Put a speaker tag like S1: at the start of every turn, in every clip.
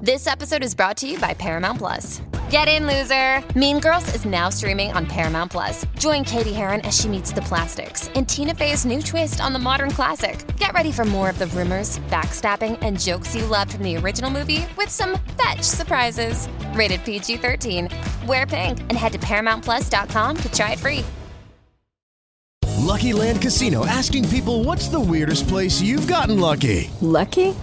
S1: This episode is brought to you by Paramount Plus. Get in, loser! Mean Girls is now streaming on Paramount Plus. Join Katie Heron as she meets the plastics in Tina Fey's new twist on the modern classic. Get ready for more of the rumors, backstabbing, and jokes you loved from the original movie with some fetch surprises. Rated PG 13. Wear pink and head to ParamountPlus.com to try it free.
S2: Lucky Land Casino asking people what's the weirdest place you've gotten lucky?
S3: Lucky?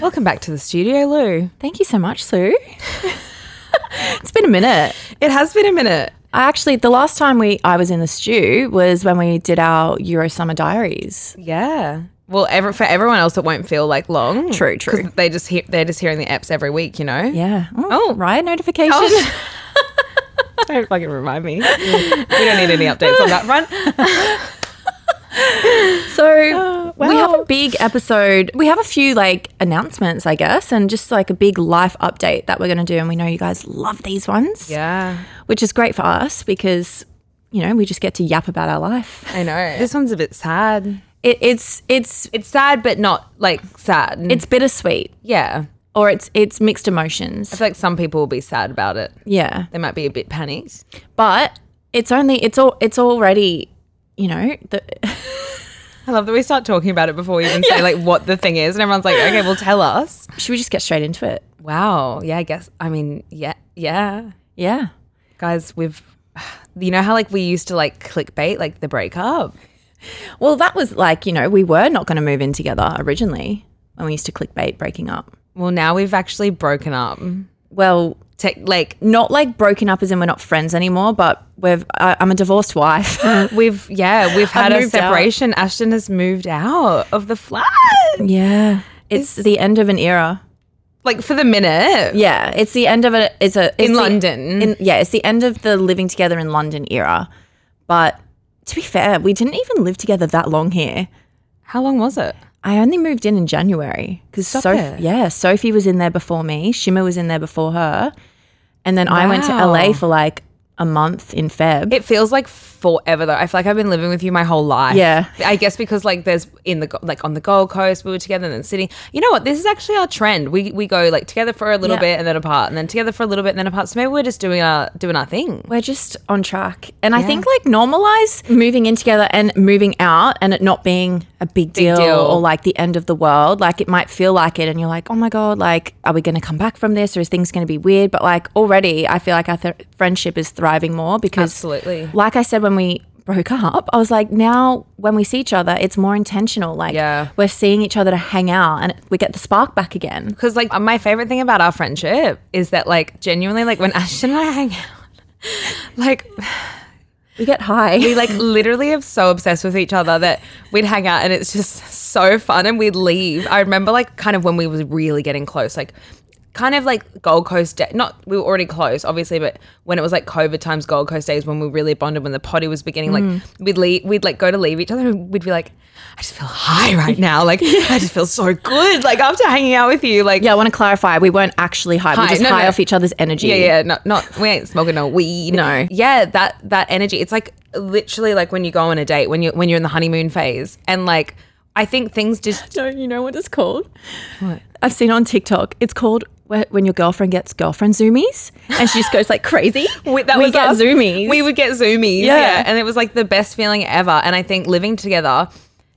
S4: Welcome back to the studio, Lou.
S3: Thank you so much, Sue. it's been a minute.
S4: It has been a minute.
S3: I actually, the last time we I was in the stew was when we did our Euro Summer Diaries.
S4: Yeah. Well, ever, for everyone else, it won't feel like long.
S3: True, true.
S4: 'Cause They just hear, they're just hearing the apps every week, you know.
S3: Yeah. Mm.
S4: Oh.
S3: riot notification.
S4: Oh, Don't fucking remind me. we don't need any updates on that front. Uh,
S3: So we have
S4: wow.
S3: a big episode. We have a few like announcements, I guess, and just like a big life update that we're going to do. And we know you guys love these ones,
S4: Yeah,
S3: which is great for us because you know we just get to yap about our life.
S4: I know. This one's a bit sad.
S3: It, it's it's
S4: It's sad, but not like sad.
S3: it's bittersweet,
S4: yeah.
S3: or it's it's mixed
S4: I
S3: emotions.
S4: feel like some people will be sad about it.
S3: Yeah,
S4: They might be a bit panicked.
S3: but it's only it's all it's already you know the
S4: I love that we start talking about it before we even say like what the thing is, and everyone's like, "Okay, well, tell us."
S3: should we just get straight into it?
S4: Wow. Yeah, I guess. I mean, yeah, yeah,
S3: Yeah.
S4: guys, we've. You know how like we used to like clickbait like the breakup.
S3: Well, that was like you know we were not going to move in together originally when we used to clickbait breaking up.
S4: Well, now we've actually broken up.
S3: Well,
S4: Tech like
S3: not like broken up as in we're not friends anymore, but we've I, I'm a divorced wife.
S4: we've yeah we've had
S3: I've
S4: a
S3: moved out.
S4: separation. Ashton has moved out of the flat.
S3: yeah, it's the end of an era.
S4: Like for the minute.
S3: Yeah, it's the end of a it's a it's
S4: In
S3: the-
S4: London.
S3: In, yeah, it's the end of the living together in London era. But to be fair, we didn't even live together that long here.
S4: How long was it?
S3: I only moved in in January because
S4: Stop it.
S3: Sophie, yeah, Sophie was in there before me. Shimmer was in there before her, and then I went to LA
S4: Wow.
S3: for like a month in Feb.
S4: It feels like forever though. I feel like I've been living with you my whole life.
S3: Yeah.
S4: I guess because like there's in the Go- like on the Gold Coast we were together and then Sydney. You know what? This is actually our trend. We we go like together for a little
S3: Yeah.
S4: bit and then apart and then together for a little bit and then apart. So maybe we're just doing our doing our thing.
S3: We're just on track. And I think like normalize moving in together and moving out and it not being a big deal,
S4: deal.
S3: or like the end of the world. Like it might feel like it and you're like, oh my God, like are we going to come back from this or is things going to be weird? But like already I feel like our th- friendship is thriving more because
S4: Absolutely.
S3: like I said when we broke up, I was like, now when we see each other, it's more intentional. Like
S4: Yeah.
S3: we're seeing each other to hang out and we get the spark back again.
S4: Because like my favorite thing about our friendship is that like genuinely like when Ashton and I hang out, like
S3: We get high.
S4: we like literally are so obsessed with each other that we'd hang out and it's just so fun and we'd leave. I remember like kind of when we was really getting close, like kind of like Gold Coast day not we were already close, obviously, but when it was like COVID times Gold Coast days when we really bonded when the potty was beginning, like we'd leave we'd like go to leave each other and we'd be like, I just feel high right now. Like I just feel so good. Like after hanging out with you, like
S3: yeah, I want to clarify. We weren't actually high.
S4: High.
S3: We're just
S4: No,
S3: high
S4: no.
S3: off each other's energy.
S4: Yeah, yeah, not not we ain't smoking no weed.
S3: No.
S4: Yeah, that that energy. It's like literally like when you go on a date, when you when you're in the honeymoon phase and like I think things just
S3: Don't you know what it's called? I've seen on TikTok. It's called wh- when your girlfriend gets girlfriend zoomies, and she just goes like crazy.
S4: we, that
S3: we
S4: was
S3: get
S4: us.
S3: zoomies.
S4: We would get zoomies.
S3: Yeah.
S4: Yeah. And it was like the best feeling ever. And I think living together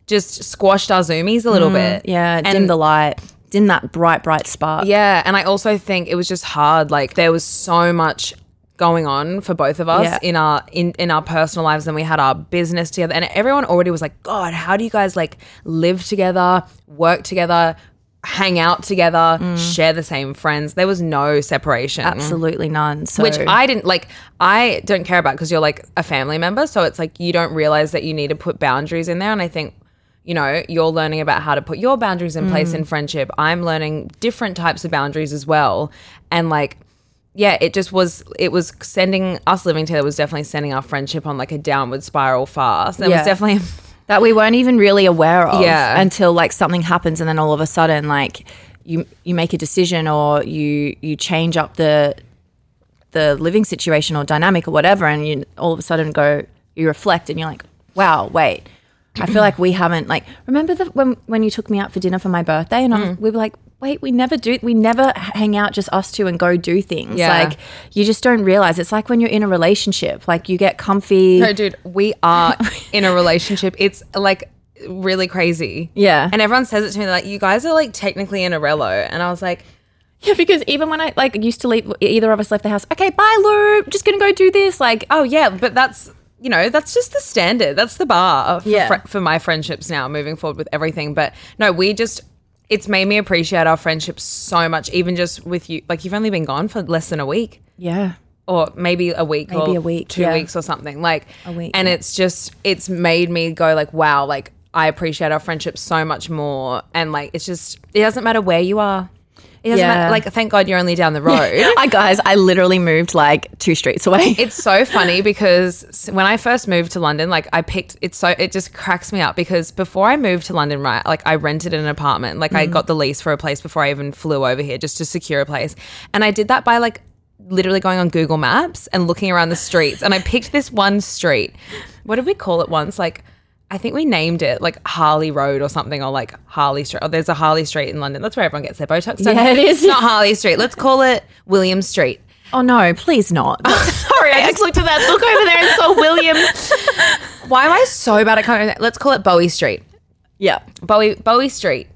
S4: just squashed our zoomies a little bit.
S3: yeah,
S4: And
S3: dim the light, dim that bright, bright spark.
S4: Yeah, and I also think it was just hard. Like there was so much going on for both of us
S3: Yeah.
S4: in our in, in our personal lives and we had our business together and everyone already was like god how do you guys like live together work together hang out together share the same friends there was no separation
S3: absolutely none. So
S4: which I didn't like. I don't care about because you're like a family member, so it's like you don't realize that you need to put boundaries in there. And I think, you know, you're learning about how to put your
S3: Mm.
S4: boundaries in place in friendship. I'm learning different types of boundaries as well, and like yeah, it just was. It was sending us living together was definitely sending our friendship on like a downward spiral fast. That
S3: Yeah.
S4: was definitely
S3: that we weren't even really aware of
S4: Yeah.
S3: until like something happens and then all of a sudden like you you make a decision or you you change up the the living situation or dynamic or whatever and you all of a sudden go you reflect and you're like wow wait I feel like we haven't like remember the when when you took me out for dinner for my birthday and I
S4: Mm.
S3: was, we were like wait we never do we never hang out just us two and go do things
S4: Yeah.
S3: like you just don't realize it's like when you're in a relationship like you get comfy
S4: No, dude, we are in a relationship. It's like really crazy.
S3: Yeah.
S4: And everyone says it to me like, you guys are like technically in a relo. And I was like,
S3: Yeah, because even when I like used to leave, e-, either of us left the house. Okay, bye, Lou. Just gonna go do this. Like,
S4: oh, yeah, but that's, you know, that's just the standard. That's the bar for,
S3: Yeah.
S4: fri- for my friendships now moving forward with everything. But no, we just, it's made me appreciate our friendship so much, even just with you. Like, you've only been gone for less than a week.
S3: yeah,
S4: or maybe a week
S3: Maybe
S4: or
S3: a week,
S4: two
S3: yeah.
S4: weeks or something like
S3: A week,
S4: and
S3: yeah.
S4: it's just it's made me go like wow like i appreciate our friendship so much more and like it's just it doesn't matter where you are it doesn't
S3: Yeah.
S4: matter like thank god you're only down the road
S3: I guys, I literally moved like two streets away.
S4: it's so funny because s- when I first moved to London, like I picked it's so it just cracks me up because before I moved to London, right, like I rented an apartment, like I got the lease for a place before I even flew over here just to secure a place, and I did that by like literally going on Google Maps and looking around the streets, and I picked this one street. What did we call it once? Like. I think we named it like Harley Road or something, or like Harley Street. Oh, there's a Harley Street in London. That's where everyone gets their Botox. done.
S3: Yeah, it is.
S4: It's not Harley Street. Let's call it William Street.
S3: oh no, please not.
S4: Sorry, I just looked at that look over there and saw William. Why am I so bad at coming? up with that? Let's call it Bowie Street.
S3: yeah,
S4: Bowie Bowie Street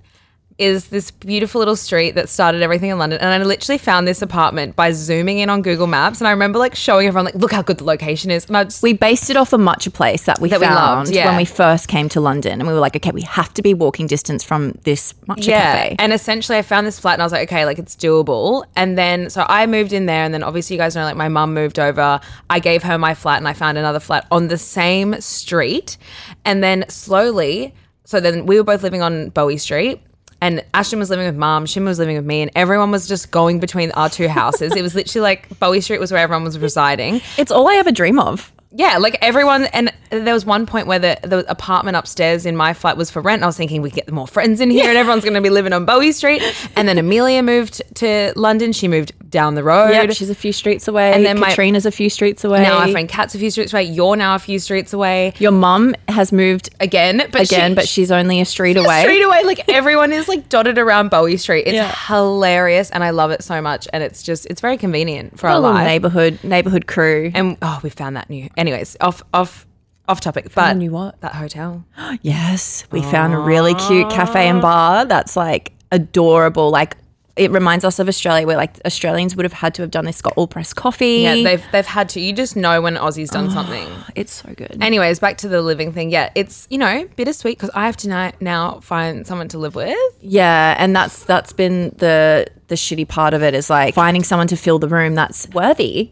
S4: is this beautiful little street that started everything in London. And I literally found this apartment by zooming in on Google Maps. And I remember like showing everyone like, look how good the location is. And I just
S3: we based it off a much place that we
S4: That we
S3: found
S4: loved, yeah.
S3: when we first came to London, and we were like, okay, we have to be walking distance from this matcha cafe.
S4: And essentially, I found this flat and I was like, okay, like it's doable. And then, so I moved in there. And then, obviously, you guys know, like my mum moved over. I gave her my flat and I found another flat on the same street. And then, slowly, so then we were both living on Bowie Street. And Ashton was living with mum, Shim was living with me, and everyone was just going between our two houses. it was literally like Bowie Street was where everyone was residing.
S3: it's all I ever dream of.
S4: Yeah, like everyone, and there was one point where the, the apartment upstairs in my flat was for rent. And I was thinking we get more friends in here, and everyone's going to be living on Bowie Street. And then Amelia moved to London. She moved down the road.
S3: Yeah, she's a few streets away,
S4: And then my-
S3: Katrina's a few streets away.
S4: now our friend Kat's a few streets away. You're now a few streets away
S3: your mum has moved
S4: again, but
S3: again,
S4: she,
S3: but she's only a street
S4: Just
S3: away.
S4: Straight away, like everyone is like dotted around Bowie Street. It's
S3: Yeah.
S4: hilarious, and I love it so much. And it's just it's very convenient for
S3: a
S4: our
S3: little
S4: life.
S3: neighborhood neighborhood crew.
S4: And oh, we found that new. Anyways, off off off topic. but
S3: a new what?
S4: That hotel.
S3: Yes, we found a really cute cafe and bar that's like adorable. Like it reminds us of Australia, where like Australians would have had to have done this got all pressed coffee.
S4: Yeah, they've they've had to. You just know when Aussie's done something.
S3: it's so good.
S4: Anyways, back to the living thing. Yeah, it's you know bittersweet because I have to ni- now find someone to live with.
S3: yeah, and that's that's been the the shitty part of it is like finding someone to fill the room that's worthy.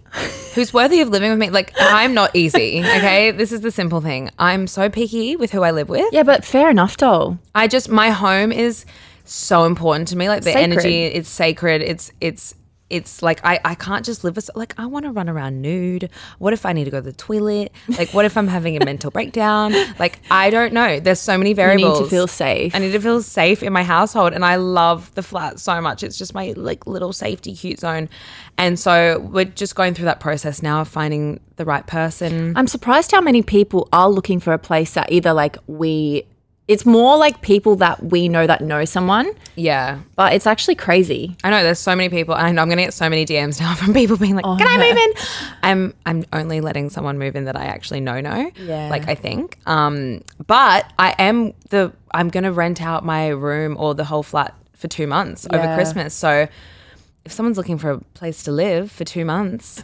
S4: who's worthy of living with me. Like I'm not easy. Okay, this is the simple thing. I'm so picky with who I live with.
S3: Yeah, but fair enough, doll.
S4: I just my home is so important to me. Like the
S3: Sacred.
S4: energy, it's sacred. It's it's it's like I, I can't just live as like I want to run around nude. What if I need to go to the toilet? Like what if I'm having a mental breakdown? Like I don't know. There's so many
S3: to
S4: variables.
S3: feel safe.
S4: I need to feel safe in my household, and I love the flat so much. It's just my like little safety cute zone, and so we're just going through that process now of finding the right person.
S3: I'm surprised how many people are looking for a place that either like we. It's more like people that we know that know someone,
S4: Yeah,
S3: but it's actually crazy.
S4: I know there's so many people, and I know I'm going to get so many DMs now from people being
S3: Oh,
S4: like, "Can I move in?" I'm I'm only letting someone move in that I actually know know.
S3: Yeah.
S4: Like I think, um, but I am the I'm going to rent out my room or the whole flat for two months over
S3: Yeah.
S4: Christmas. So if someone's looking for a place to live for two months,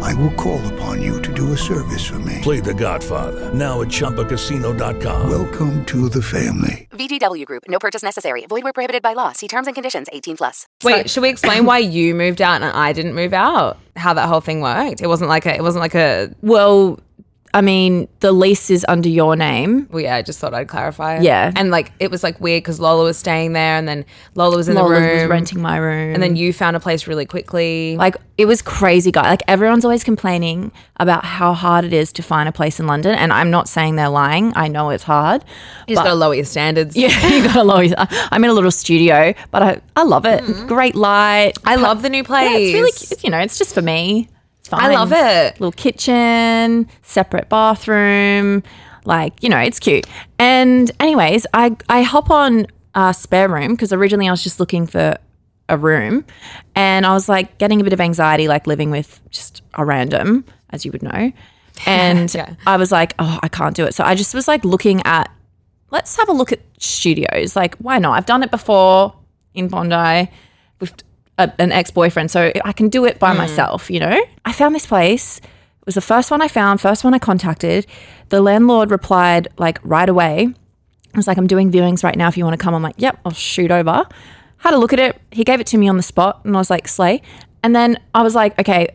S4: I will call upon you to do a service for me.
S5: Play the Godfather, now at Chumpacasino.com.
S4: Welcome to the family.
S6: VGW Group, no purchase necessary. Void where prohibited by law. See terms and conditions 18 plus.
S7: Wait, should we explain why you moved out and I didn't move out? How that whole thing worked? It wasn't like a, it wasn't like a,
S3: well, I mean, the lease is under your name.
S7: well, yeah, I just thought I'd clarify.
S3: Yeah.
S7: And like, it was like weird because Lola was staying there and then Lola was in
S3: Lola
S7: the room.
S3: was renting my room.
S7: And then you found a place really quickly.
S3: Like it was crazy, guy. Like everyone's always complaining about how hard it is to find a place in London, and I'm not saying they're lying. I know it's hard.
S7: You just gotta lower your standards.
S3: Yeah, you gotta lower. Your, I'm in a little studio, but I I love it.
S7: Mm-hmm.
S3: Great light.
S7: I love the new
S3: Yeah, it's really
S7: place.
S3: cute. You know, it's just for me. It's fine.
S7: I love it.
S3: Little kitchen, separate bathroom. Like, you know, it's cute. And, anyways, I, I hop on uh, spare room because originally I was just looking for a room and I was like getting a bit of anxiety, like living with just a random, as you would know. And I was like, oh, I can't do it. So I just was like looking at, let's have a look at studios. Like, why not? I've done it before in Bondi with a, an ex boyfriend, so I can do it by myself, you know? I found this place. It was the first one I found, first one I contacted. The landlord replied, like, right away. I was like, I'm doing viewings right now. If you want to come, I'm like, yep, I'll shoot over. Had a look at it. He gave it to me on the spot, and I was like, slay. And then I was like, okay,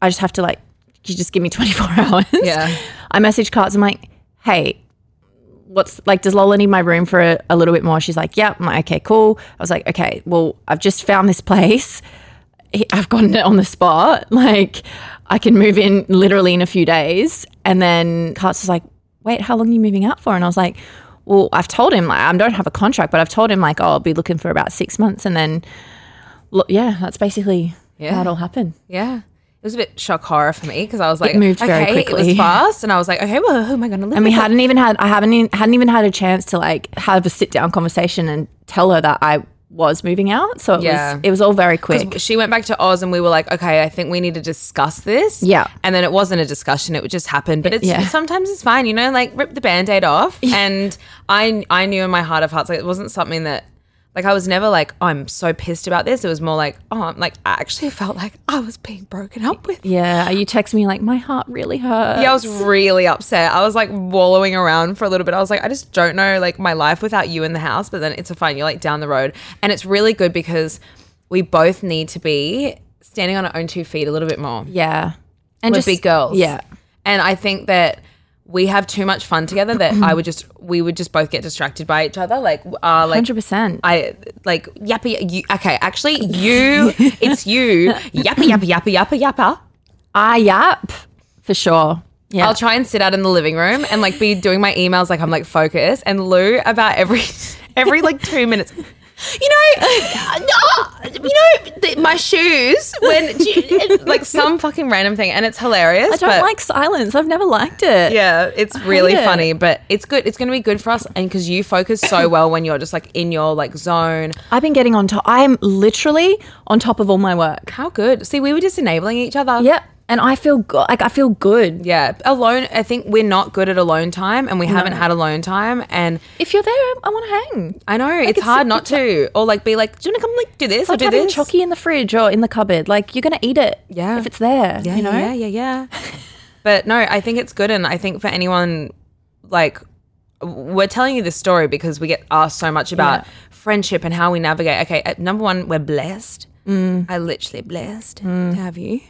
S3: I just have to, like, you just give me 24 hours.
S7: Yeah.
S3: I message Carts. I'm like, hey, what's like, does Lola need my room for a, a little bit more? She's like, yeah. I'm like, okay, cool. I was like, okay, well, I've just found this place. He- I've gotten it on the spot. Like, I can move in literally in a few days. And then Carts was like, wait, how long are you moving out for? And I was like, well, I've told him, like, I don't have a contract, but I've told him, like, oh, I'll be looking for about six months. And then, lo- yeah, that's basically
S7: Yeah.
S3: how it all happened.
S7: Yeah. It was a bit shock horror for me because I was like,
S3: moved very
S7: okay, It
S3: quickly.
S7: was fast, and I was like, okay, well, who am I going to live
S3: and we
S7: with?
S3: hadn't even had I haven't even, hadn't even had a chance to like have a sit down conversation and tell her that I was moving out. So it
S7: Yeah.
S3: was it was all very
S7: 'Cause
S3: quick.
S7: She went back to Oz, and we were like, okay, I think we need to discuss this.
S3: Yeah.
S7: And then it wasn't a discussion; it would just happen. But it's
S3: Yeah.
S7: sometimes it's fine, you know, like rip the band-aid off. And I, I knew in my heart of hearts, like it wasn't something that. Like I was never like oh, I'm so pissed about this. It was more like oh I'm like I actually felt like I was being broken up with.
S3: Yeah, you text me like my heart really hurts.
S7: Yeah, I was really upset. I was like wallowing around for a little bit. I was like, I just don't know like my life without you in the house. But then it's a fine. You're like down the road, and it's really good because we both need to be standing on our own two feet a little bit more.
S3: yeah,
S7: And just big girls.
S3: Yeah,
S7: and I think that we have too much fun together that I would just we would just both get distracted by each other. Like, uh, like
S3: hundred percent.
S7: I like yappy. You okay? Actually, you. it's you. Yappy yappy yappy yappa yappa.
S3: Ah, yep, for sure. Yeah,
S7: I'll try and sit out in the living room and like be doing my emails like I'm like focused and Lou about every every like two minutes. You know, you know th- my shoes when do you, like some fucking random thing and it's hilarious.
S3: I don't
S7: but
S3: like silence. I've never liked it.
S7: yeah, it's really
S3: it.
S7: funny, but it's good. It's going to be good for us, and because you focus so well when you're just like in your like zone.
S3: I've been getting on top. I am literally on top of all my work.
S7: How good! See, we were just enabling each other.
S3: Yep, and I feel good. Like I feel good.
S7: yeah. Alone, I think we're not good at alone time, and we haven't had alone time, and
S3: If you're there, I want to hang.
S7: I know it's,
S3: it's-
S7: hard not to, or like be like, do you want to come like do this
S3: It's
S7: or
S3: like
S7: do
S3: having
S7: this?
S3: chocky in the fridge or in the cupboard. Like you're gonna eat it.
S7: Yeah.
S3: If it's there.
S7: yeah,
S3: you know?
S7: yeah, yeah, yeah. but no, I think it's good, and I think for anyone, like, we're telling you this story because we get asked so much about friendship and how we navigate. Okay, at number one, we're blessed. I literally blessed to have you.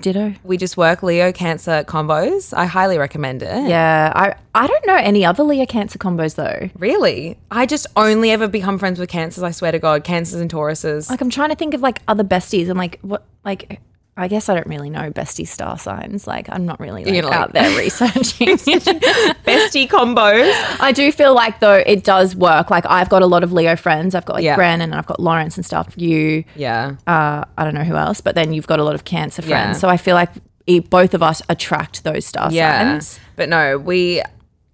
S3: Ditto.
S7: We just work Leo Cancer combos. I highly recommend it.
S3: Yeah. I I don't know any other Leah cancer combos though.
S7: Really? I just only ever become friends with cancers, I swear to God. Cancers and Tauruses.
S3: Like I'm trying to think of like other besties. I'm like, what like I guess I don't really know bestie star signs. Like I'm not really like,
S7: You're not
S3: out
S7: like-
S3: there researching bestie
S7: combos.
S3: I do feel like though it does work. Like I've got a lot of Leo friends. I've got like
S7: Yeah.
S3: Bren and I've got Lawrence and stuff. You,
S7: Yeah.
S3: uh, I don't know who else, but then you've got a lot of Cancer friends.
S7: Yeah.
S3: So I feel like e both of us attract those star signs.
S7: But no, we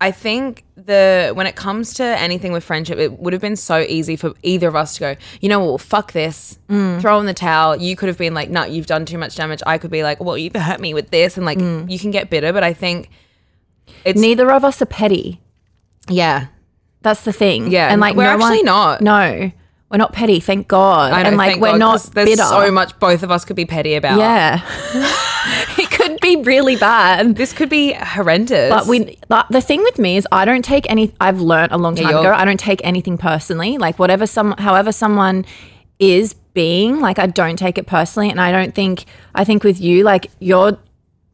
S7: I think the when it comes to anything with friendship, it would have been so easy for either of us to go, you know what, fuck this.
S3: Mm.
S7: Throw in the towel. You could have been like, no, you've done too much damage. I could be like, well, you've hurt me with this and like
S3: Mm.
S7: you can get bitter, but I think it's
S3: Neither of us are petty.
S7: Yeah.
S3: That's the thing.
S7: Yeah,
S3: And like
S7: we're
S3: no one-
S7: actually not.
S3: No. We're not petty, thank God.
S7: I know,
S3: and like
S7: thank
S3: we're
S7: God, 'cause
S3: not
S7: there's
S3: bitter.
S7: so much both of us could be petty about.
S3: Yeah. it could be really bad.
S7: This could be horrendous.
S3: But we but the thing with me is I don't take any I've learned a long
S7: Yeah,
S3: time
S7: you're-
S3: ago, I don't take anything personally. Like whatever some however someone is being, like I don't take it personally and I don't think I think with you like you're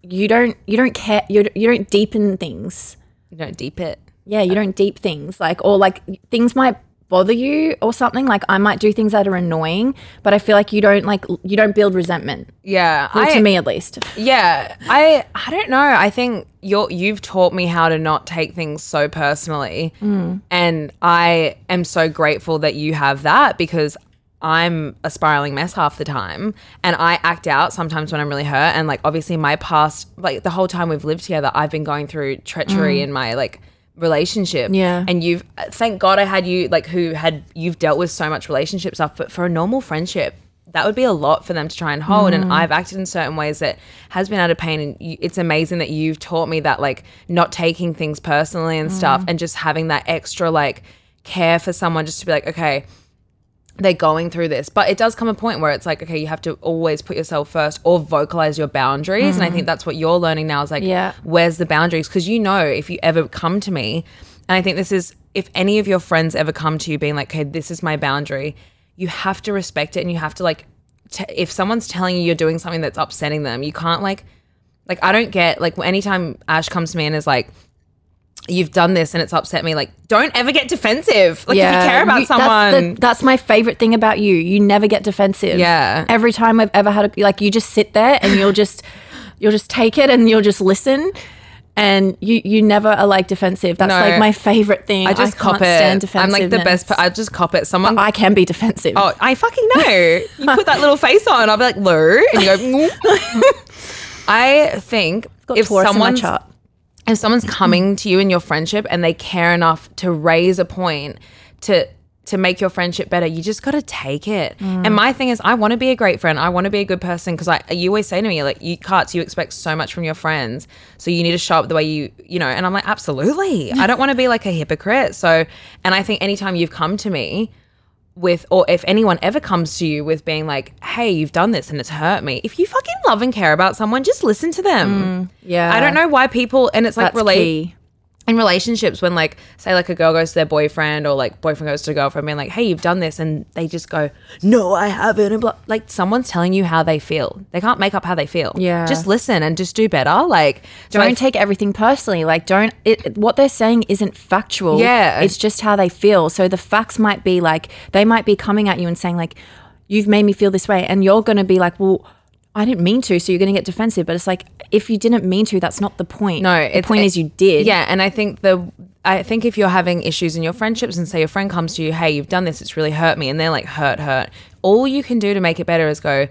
S3: you don't you don't care you you don't deepen things.
S7: You don't deep it.
S3: Yeah, you don't deep things like or like things might bother you or something like I might do things that are annoying, but I feel like you don't like you don't build resentment.
S7: Yeah.
S3: Well,
S7: I-
S3: to me at least.
S7: Yeah, I I don't know. I think you're you've taught me how to not take things so personally,
S3: Mm.
S7: and I am so grateful that you have that because I'm a spiraling mess half the time, and I act out sometimes when I'm really hurt, and like obviously my past, like the whole time we've lived together, I've been going through treachery
S3: Mm.
S7: in my like relationship
S3: Yeah.
S7: and you've uh, thank god i had you like who had you've dealt with so much relationship stuff but for a normal friendship that would be a lot for them to try and hold and
S3: Mm.
S7: i've acted in certain ways that has been out of pain and you, it's amazing that you've taught me that like not taking things personally and stuff
S3: Mm.
S7: and just having that extra like care for someone just to be like okay they're going through this but it does come a point where it's like okay you have to always put yourself first or vocalize your boundaries and i
S3: Mm.
S7: think that's what you're learning now is like
S3: Yeah.
S7: where's the boundaries because you know if you ever come to me and i think this is if any of your friends ever come to you being like okay this is my boundary you have to respect it and you have to like t- if someone's telling you you're doing something that's upsetting them you can't like like i don't get like anytime ash comes to me and is like you've done this and it's upset me like don't ever get defensive like if you care about
S3: that's the-
S7: someone
S3: That's, my favorite thing about you. You never get defensive.
S7: Yeah.
S3: Every time I've ever had a like you just sit there and you'll just you'll just take it and you'll just listen and you you never are like defensive. That's
S7: No.
S3: like my favorite thing.
S7: I just cop
S3: can't
S7: it.
S3: stand
S7: I'm like the best.
S3: defensiveness.
S7: per- I just cop it. Someone
S3: I can be defensive.
S7: Oh, I fucking know. you put that little face on. I'll be like Lou, and you go. I think
S3: got
S7: if
S3: Taurus in my
S7: someone's
S3: chart.
S7: if someone's coming to you in your friendship and they care enough to raise a point to to make your friendship better, you just gotta take it.
S3: Mm.
S7: And my thing is, I want to be a great friend. I want to be a good person because I you always say to me like, you carts, you expect so much from your friends, so you need to show up the way you you know. And I'm like, absolutely. I don't want to be like a hypocrite. So, and I think anytime you've come to me with or if anyone ever comes to you with being like hey you've done this and it's hurt me if you fucking love and care about someone just listen to them
S3: Mm, yeah.
S7: i don't know why people and it's like
S3: That's
S7: relate
S3: key.
S7: in relationships when like say like a girl goes to their boyfriend or like boyfriend goes to a girlfriend being like hey you've done this and they just go no i haven't and blah. like someone's telling you how they feel they can't make up how they feel
S3: Yeah.
S7: just listen and just do better like so I
S3: don't take everything personally. Like, don't it, what they're saying isn't factual.
S7: Yeah.
S3: it's just how they feel. So the facts might be like they might be coming at you and saying like, "You've made me feel this way," and you're going to be like, "Well, I didn't mean to." So you're going to get defensive. But it's like if you didn't mean to, that's not the point.
S7: No,
S3: the
S7: it's-
S3: point
S7: it-
S3: is you did.
S7: Yeah, and I think the I think if you're having issues in your friendships and say your friend comes to you, hey, you've done this, it's really hurt me, and they're like hurt, hurt. All you can do to make it better is go,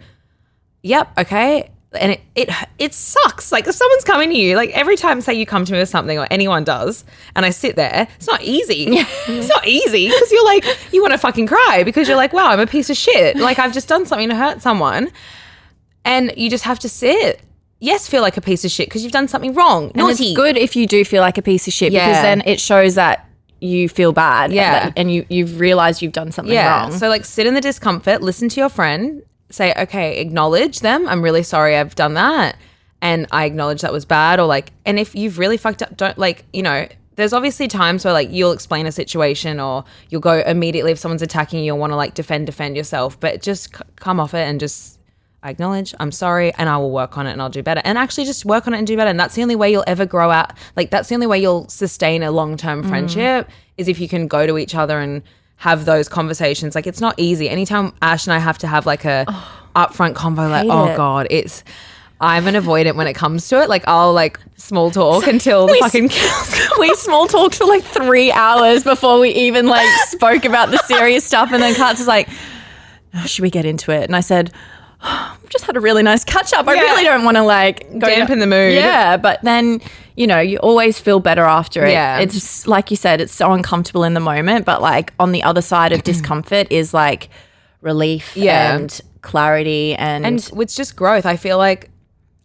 S7: yep, okay. And it, it it sucks. Like if someone's coming to you, like every time say you come to me with something or anyone does, and I sit there, it's not easy. it's not easy because you're like you want to fucking cry because you're like, wow, I'm a piece of shit. Like I've just done something to hurt someone, and you just have to sit. Yes, feel like a piece of shit because you've done something wrong.
S3: and
S7: Naughty.
S3: it's good if you do feel like a piece of shit
S7: Yeah.
S3: because then it shows that you feel bad.
S7: Yeah.
S3: that- and you you've realized you've done something wrong.
S7: So like sit in the discomfort, listen to your friend, say, okay, acknowledge them. I'm really sorry I've done that. And I acknowledge that was bad. Or like, and if you've really fucked up, don't like, you know, there's obviously times where like you'll explain a situation or you'll go immediately if someone's attacking you, you'll want to like defend, defend yourself. But just c- come off it and just I acknowledge I'm sorry and I will work on it and I'll do better. And actually just work on it and do better. And that's the only way you'll ever grow out. Like that's the only way you'll sustain a long-term
S3: Mm.
S7: friendship is if you can go to each other and have those conversations. Like it's not easy. Anytime Ash and I have to have like a, I upfront convo like,
S3: Hate
S7: oh
S3: it.
S7: god, it's. I'm an avoidant when it comes to it. Like I'll like small talk until the fucking
S3: we small talked for like three hours before we even like spoke about the serious stuff, and then Katz is like, "Oh, "Should we get into it?" And I said, "Oh, "I've just had a really nice catch up. I
S7: Yeah.
S3: really don't want to like go
S7: Dampen the mood.
S3: Yeah, but then you know you always feel better after it.
S7: Yeah.
S3: it's just, like you said, it's so uncomfortable in the moment, but like on the other side of discomfort is like relief
S7: Yeah.
S3: and clarity and
S7: and it's just growth. I feel like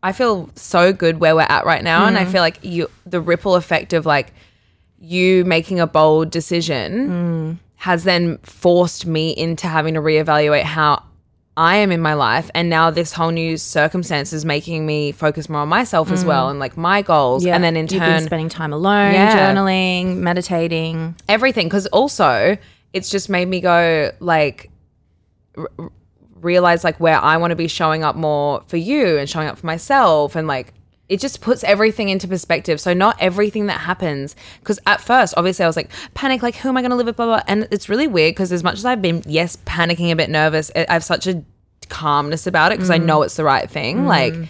S7: I feel so good where we're at right now, and I
S3: Mm.
S7: feel like you the ripple effect of like you making a bold decision
S3: Mm.
S7: has then forced me into having to reevaluate how I am in my life, and now this whole new circumstance is making me focus more on myself as
S3: Mm.
S7: well and like my goals,
S3: Yeah.
S7: and then in
S3: You've been
S7: turn
S3: spending time alone, journaling, meditating,
S7: everything. Because also it's just made me go like realize like where I want to be showing up more for you and showing up for myself and like it just puts everything into perspective. So not everything that happens because at first obviously I was like panic like who am I going to live with blah blah and it's really weird because as much as I've been yes panicking a bit nervous I I have such a calmness about it because I
S8: Mm.
S7: know it's the right thing like
S8: Mm.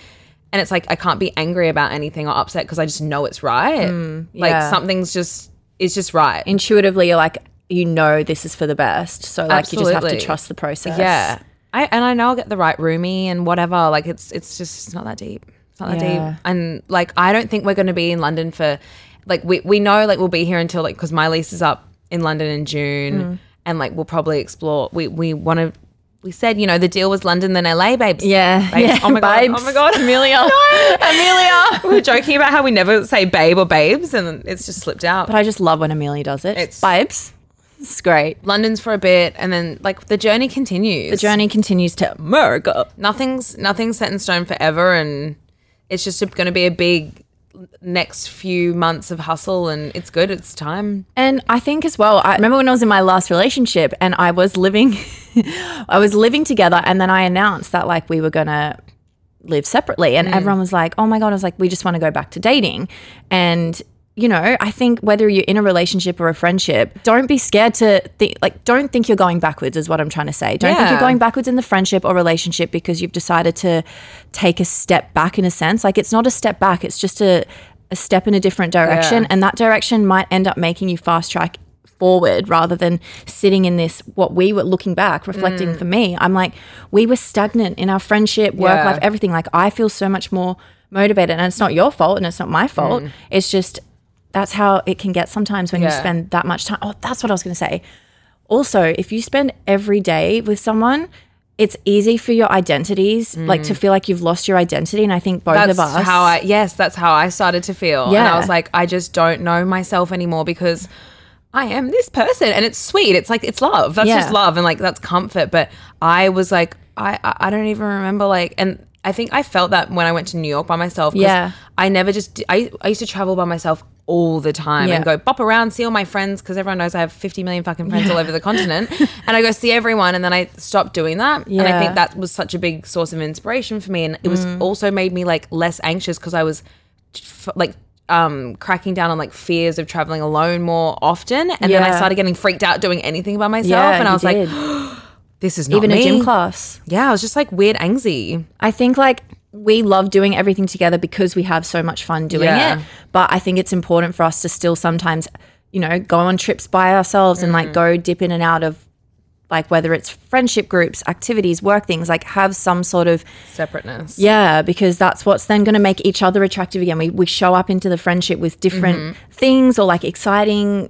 S7: and it's like I can't be angry about anything or upset because I just know it's right.
S3: Mm,
S7: Like
S3: yeah.
S7: something's just it's just right.
S3: Intuitively, you're like, you know, this is for the best. So like, you just have
S7: Absolutely.
S3: to trust the process.
S7: Yeah. I and I know I'll get the right roomie and whatever. Like it's it's just it's not that deep. It's not that
S3: Yeah.
S7: deep. And like I don't think we're gonna be in London for like we we know like we'll be here until like because my lease is up in London in June
S3: Mm.
S7: and like we'll probably explore we we wanna we said, you know, the deal was London then LA, babes. Yeah.
S3: yeah,
S7: Oh my god.
S3: babes.
S7: Oh my god.
S3: Amelia.
S7: No, Amelia. we were joking about how we never say babe or babes and it's just slipped out.
S3: But I just love when Amelia does it.
S7: It's-
S3: vibes. It's great.
S7: London's for a bit, and then like the journey continues.
S3: The journey continues to America.
S7: Nothing's nothing's set in stone forever, and it's just going to be a big next few months of hustle, and it's good. It's time.
S3: And I think as well, I remember when I was in my last relationship and I was living, I was living together, and then I announced that like we were gonna live separately, and
S8: Mm.
S3: everyone was like, "Oh my god!" I was like, "We just want to go back to dating," and you know, I think whether you're in a relationship or a friendship, don't be scared to think like don't think you're going backwards is what I'm trying to say. Don't think
S8: Yeah.
S3: you're going backwards in the friendship or relationship because you've decided to take a step back in a sense. Like it's not a step back, it's just a a step in a different direction
S8: Yeah.
S3: and that direction might end up making you fast track forward rather than sitting in this what we were looking back reflecting
S8: Mm.
S3: for me i'm like we were stagnant in our friendship work
S8: Yeah.
S3: life everything like i feel so much more motivated and it's not your fault and it's not my fault
S8: Mm.
S3: it's just that's how it can get sometimes when you
S8: Yeah.
S3: spend that much time oh that's what i was going to say also if you spend every day with someone it's easy for your identities like
S7: Mm.
S3: to feel like you've lost your identity and i think both
S7: that's
S3: of us
S7: how I yes, that's how I started to feel. And I
S3: Yeah.
S7: was like, I just don't know myself anymore because I am this person, and it's sweet. It's like it's love. That's
S8: Yeah.
S7: just love, and like that's comfort. But I was like, I I I don't even remember like, and I think I felt that when I went to New York by myself. 'cause
S3: Yeah.
S7: I never just I I used to travel by myself all the time and
S3: Yeah.
S7: go bop around, see all my friends because everyone knows I have fifty million fucking friends all over the continent, and I go see everyone, and then I stopped doing that, and I
S3: Yeah.
S7: think that was such a big source of inspiration for me, and it was
S3: Mm.
S7: also made me like less anxious because I was f- like um cracking down on like fears of traveling alone more often and then I
S3: Yeah.
S7: started getting freaked out doing anything by myself
S3: Yeah,
S7: and I
S3: you
S7: was
S3: did.
S7: like this is not
S3: even a
S7: me.
S3: gym class.
S7: Yeah, I was just like weird angsty.
S3: I think like we love doing everything together because we have so much fun doing
S7: Yeah.
S3: it. But I think it's important for us to still sometimes, you know, go on trips by ourselves and
S7: Mm.
S3: like go dip in and out of like whether it's friendship groups, activities, work things, like have some sort of
S7: separateness
S3: yeah, because that's what's then going to make each other attractive again. We we show up into the friendship with different
S7: Mhm.
S3: things or like exciting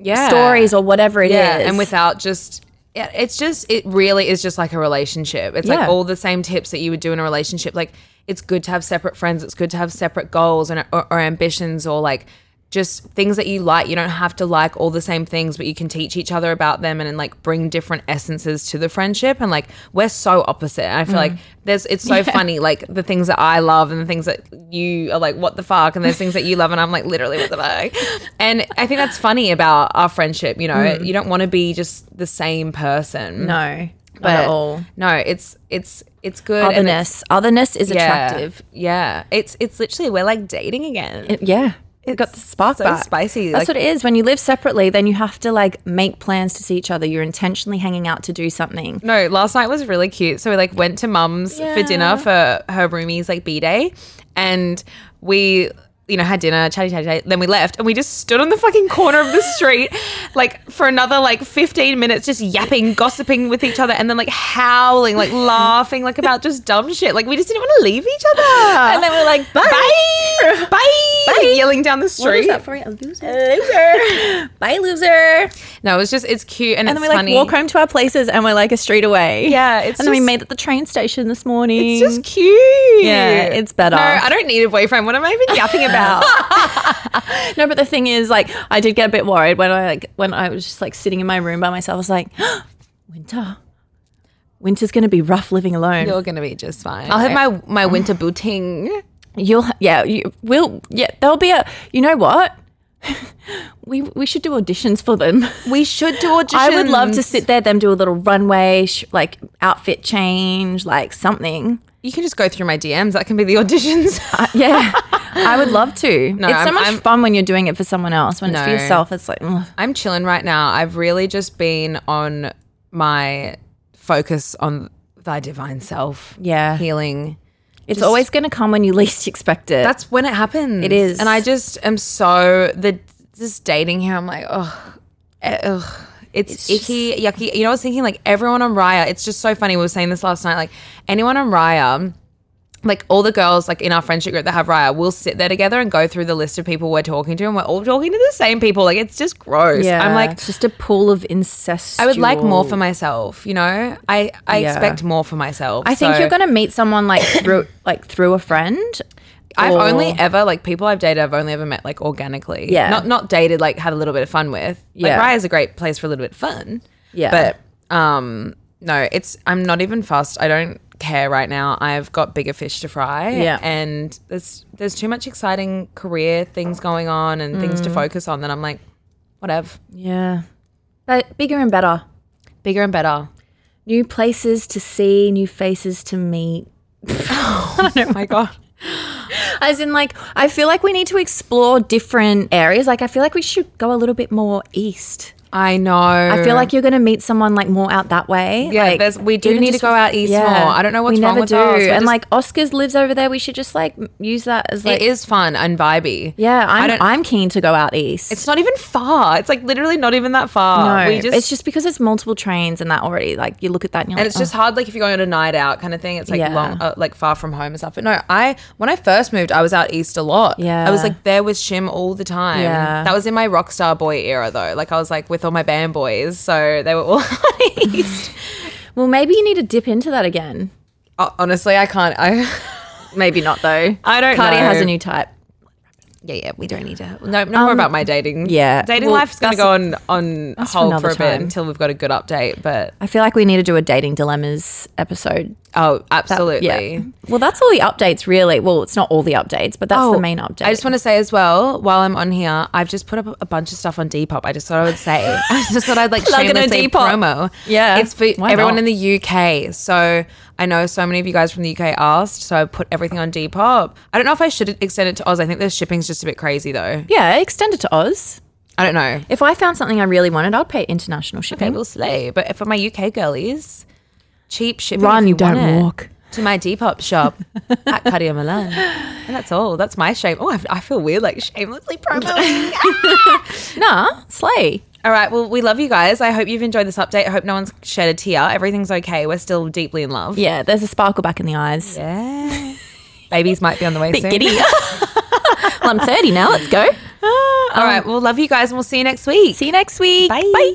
S7: Yeah.
S3: stories or whatever it is.
S7: yeah and without just yeah, it's just it really is just like a relationship it's
S3: Yeah.
S7: like all the same tips that you would do in a relationship like it's good to have separate friends it's good to have separate goals and or, or ambitions or like just things that you like you don't have to like all the same things but you can teach each other about them and, then like bring different essences to the friendship and like we're so opposite and i feel like
S8: Mm.
S7: there's it's so
S8: Yeah.
S7: funny like the things that i love and the things that you are like what the fuck and there's things that you love and i'm like literally what the fuck and i think that's funny about our friendship you know
S3: Mm.
S7: you don't want to be just the same person
S3: No,
S7: but
S3: not at all.
S7: no it's it's it's good and it's-
S3: otherness, otherness is
S7: Yeah.
S3: attractive.
S7: yeah it's it's literally we're like dating again
S3: It- yeah. It's got the spark
S7: so
S3: back.
S7: spicy, like-
S3: That's what it is. When you live separately, then you have to like make plans to see each other. You're intentionally hanging out to do something.
S7: No, last night was really cute. So we like went to mum's for dinner for her roomie's like b day, and we you know had dinner, chatty chatty chatty. Then we left, and we just stood on the fucking corner of the street, like for another like fifteen minutes, just yapping, gossiping with each other, and then like howling, like laughing, like about just dumb shit. Like we just didn't want to leave each other,
S3: And then we're like, bye.
S7: bye, bye, like, yelling down the
S3: What is
S7: street.
S3: that for? A loser. Loser. Bye, loser.
S7: No, it's just it's cute and,
S3: And
S7: it's
S3: then we like
S7: funny.
S3: walk home to our places and we're like a street away.
S7: Yeah, it's
S3: and then we
S7: just-
S3: made at the train station this morning.
S7: It's just cute.
S3: Yeah, it's better.
S7: No, I don't need a boyfriend. What am I even yapping about?
S3: No, but the thing is, like, I did get a bit worried when I like when I was just like sitting in my room by myself. I was like, winter, winter's gonna be rough living alone.
S7: You're gonna be just fine. I'll have my my winter booting.
S3: You'll yeah, you will yeah. There'll be a you know what. We, we should do auditions for them.
S7: We should do
S3: I would love to
S7: auditions.
S3: sit there, them do a little runway, sh- like outfit change, like something. Uh,
S7: You can just go through my DMs. That can be the auditions.
S3: yeah, I would love to.
S7: No,
S3: it's so
S7: I'm-
S3: much
S7: I'm-
S3: fun when you're doing it for someone else. When it's for
S7: No.
S3: yourself, it's like ugh.
S7: I'm chilling right now. I've really just been on my focus on thy divine self.
S3: Yeah.
S7: Healing.
S3: it's
S7: Just-
S3: always going to come when you least expect it.
S7: That's when it happens.
S3: It is.
S7: And I just am so the just dating here. I'm like, oh, ugh. It's, icky, yucky. You know, I was thinking like everyone on Raya. It's just so funny. We were saying this last night. Like anyone on Raya. Like all the girls, like in our friendship group that have Raya, we'll sit there together and go through the list of people we're talking to, and we're all talking to the same people. Like it's just gross.
S3: Yeah,
S7: I'm like,
S3: it's just a pool of incestual.
S7: I would like more for myself. You know, I I
S3: Yeah.
S7: expect more for myself.
S3: I think
S7: so-
S3: you're going to meet someone like through like through a friend.
S7: I've
S3: or-
S7: only ever like people I've dated. I've only ever met like organically.
S3: Yeah.
S7: not not dated. Like had a little bit of fun with.
S3: Yeah.
S7: like Raya's a great place for a little bit of fun.
S3: Yeah.
S7: but um, no, it's I'm not even fussed. I don't care right now. I've got bigger fish to fry.
S3: Yeah.
S7: and there's there's too much exciting career things going on and things to
S3: Mm.
S7: focus on that I'm like, whatever,
S3: yeah, but bigger and better,
S7: bigger and better.
S3: new places to see, new faces to meet.
S7: oh my god.
S3: As in, like, I feel like we need to explore different areas. Like, I feel like we should go a little bit more east.
S7: I know.
S3: I feel like you're going to meet someone like more out that way.
S7: Yeah,
S3: like,
S7: there's- we do
S3: even
S7: need to
S3: just-
S7: go out east more. I don't know what's
S3: we
S7: wrong
S3: never
S7: with
S3: do.
S7: us. We're
S3: And
S7: just-
S3: like Oscar's lives over there. We should just like m- use that as like
S7: it is fun and vibey.
S3: Yeah,
S7: I
S3: I'm
S7: don't-
S3: I'm keen to go out east.
S7: It's not even far. It's like literally not even that far.
S3: no,
S7: we just,
S3: it's just because it's multiple trains and that already like you look at that and you're
S7: and
S3: like,
S7: it's just
S3: "Oh."
S7: hard. Like if you're going on a night out kind of thing, it's like
S3: Yeah.
S7: long, uh, like far from home and stuff. But no, I when I first moved, I was out east a lot.
S3: Yeah.
S7: I was like there with Shim all the time.
S3: Yeah.
S7: that was in my rock star boy era though. Like I was like with all my band boys, so they were all east.
S3: "Oh." well, maybe you need to dip into that again.
S7: Uh, Honestly, I can't. I
S3: Maybe not though.
S7: I don't
S3: Cardi
S7: know.
S3: has a new type.
S7: yeah yeah we don't need to. No, no more about my dating.
S3: Um, yeah.
S7: dating
S3: Well,
S7: life's gonna
S3: that's-
S7: go on on
S3: that's for
S7: hold for,
S3: another
S7: a bit
S3: time.
S7: until we've got a good update. But
S3: I feel like we need to do a dating dilemmas episode.
S7: oh,
S3: That-
S7: absolutely.
S3: yeah. Well, that's all the updates, really. Well, it's not all the updates, but that's the
S7: Oh,
S3: main update.
S7: I just want to say as well, while I'm on here, I've just put up a bunch of stuff on Depop. I just thought I would say. I just thought I'd like
S3: Plug in a
S7: shamelessly
S3: Depop.
S7: promo.
S3: Yeah.
S7: it's for
S3: Why
S7: everyone in
S3: not?
S7: the UK. So I know so many of you guys from the UK asked, so I put everything on Depop. I don't know if I should extend it to Oz. I think the shipping's just a bit crazy though.
S3: yeah, extend it to Oz.
S7: I don't know.
S3: If I found something I really wanted, I'd pay international shipping.
S7: Okay, we'll slay. But for my UK girlies, cheap shipping.
S3: Run,
S7: if you
S3: don't
S7: want it,
S3: walk.
S7: To my Depop shop at Cartier Milan. And that's all. That's my shame. Oh, I, I feel weird like shamelessly promoting.
S3: nah, slay.
S7: All right. Well, we love you guys. I hope you've enjoyed this update. I hope no one's shed a tear. Everything's okay. We're still deeply in love.
S3: Yeah, there's a sparkle back in the eyes.
S7: Yeah. Babies might be on the way
S3: Bit
S7: soon.
S3: giddy. well, I'm 30 now. Let's go.
S7: All right. Well, love you guys, and we'll see you next week.
S3: See you next week.
S7: Bye.
S3: Bye.